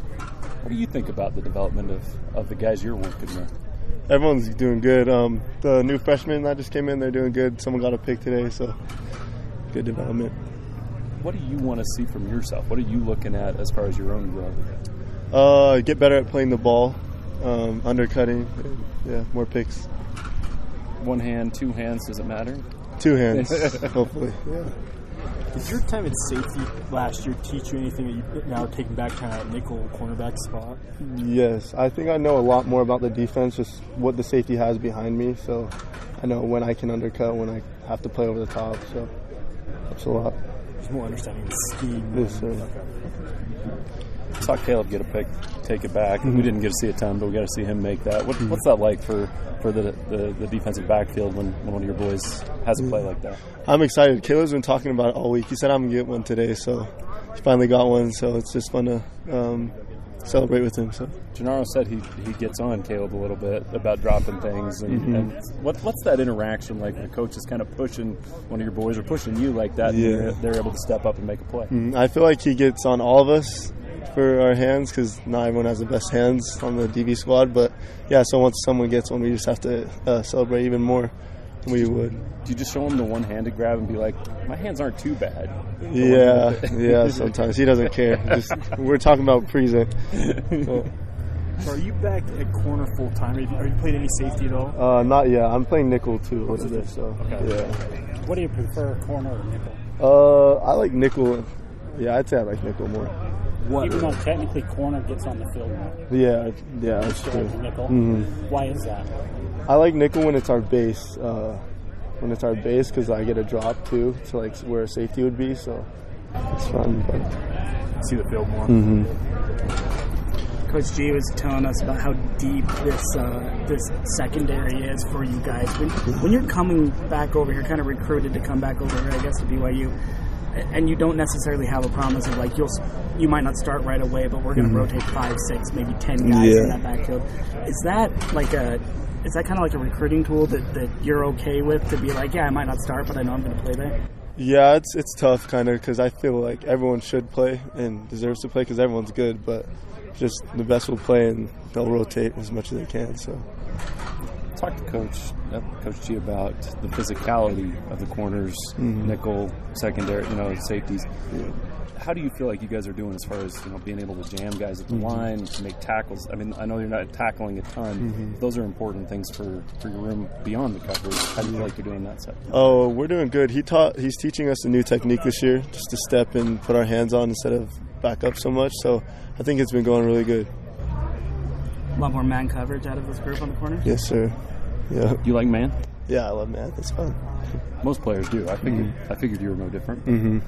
What do you think about the development of, of the guys you're working with? Everyone's doing good. Um, the new freshmen that just came in, they're doing good. Someone got a pick today, so good development. What do you want to see from yourself? What are you looking at as far as your own growth? Uh, get better at playing the ball, um, undercutting, and, yeah, more picks. One hand, two hands, does it matter? Two hands, hopefully. Yeah. Did your time at safety last year teach you anything that you now taking back kind of nickel cornerback spot? Yes, I think I know a lot more about the defense, just what the safety has behind me. So I know when I can undercut, when I have to play over the top. So that's a lot. Just more understanding of the scheme. Yes, sir. Saw Caleb get a pick, take it back. We didn't get to see a ton, but we got to see him make that. What, what's that like for, for the, the, the defensive backfield when, when one of your boys has a play like that? I'm excited. Caleb's been talking about it all week. He said I'm gonna get one today, so he finally got one. So it's just fun to um, celebrate with him. So Gennaro said he, he gets on Caleb a little bit about dropping things. And, and what, what's that interaction like when a coach is kind of pushing one of your boys or pushing you like that? Yeah. And they're, they're able to step up and make a play. mm, I feel like he gets on all of us for our hands because not everyone has the best hands on the DB squad. But yeah, so once someone gets one, we just have to uh, celebrate even more than we would. Do you just show him the one handed grab and be like, my hands aren't too bad? Yeah, yeah. Sometimes he doesn't care. Just, we're talking about present. But, So are you back at corner full time? Are you, are you played any safety at all? uh, not yet. I'm playing nickel too a little bit. So Okay. yeah. What do you prefer, corner or nickel? Uh, I like nickel. Yeah, I'd say I like nickel more. Even though technically corner gets on the field more Yeah, yeah, that's than true. the nickel. Mm-hmm. Why is that? I like nickel when it's our base. Uh, when it's our base, because I get a drop too to like where a safety would be. So it's fun. But See the field more. Mm-hmm. Coach G was telling us about how deep this uh, this secondary is for you guys. When, when you're coming back over, you're kind of recruited to come back over here, I guess, to BYU, a- and you don't necessarily have a promise of like you'll s- you might not start right away, but we're going to rotate five, six, maybe ten guys in Yeah. that backfield. Is that like a is that kind of like a recruiting tool that, that you're okay with to be like, yeah, I might not start, but I know I'm going to play there? yeah, it's it's tough kind of because I feel like everyone should play and deserves to play because everyone's good. But just the best will play and they'll rotate as much as they can. So Talk to Coach uh, Coach G about the physicality of the corners, nickel, secondary, you know, safeties. How do you feel like you guys are doing as far as you know being able to jam guys at the line, to make tackles? I mean, I know you're not tackling a ton. Those are important things for, for your room beyond the coverage. How do you feel like you're doing that side? Oh, we're doing good. He taught. He's teaching us a new technique this year, just to step and put our hands on instead of back up so much. So I think it's been going really good. A lot more man coverage out of this group on the corners. Yes, sir. Yeah, You like man? yeah. I love math. It's fun. Mm-hmm. Most players do. I figured I figured you were no different.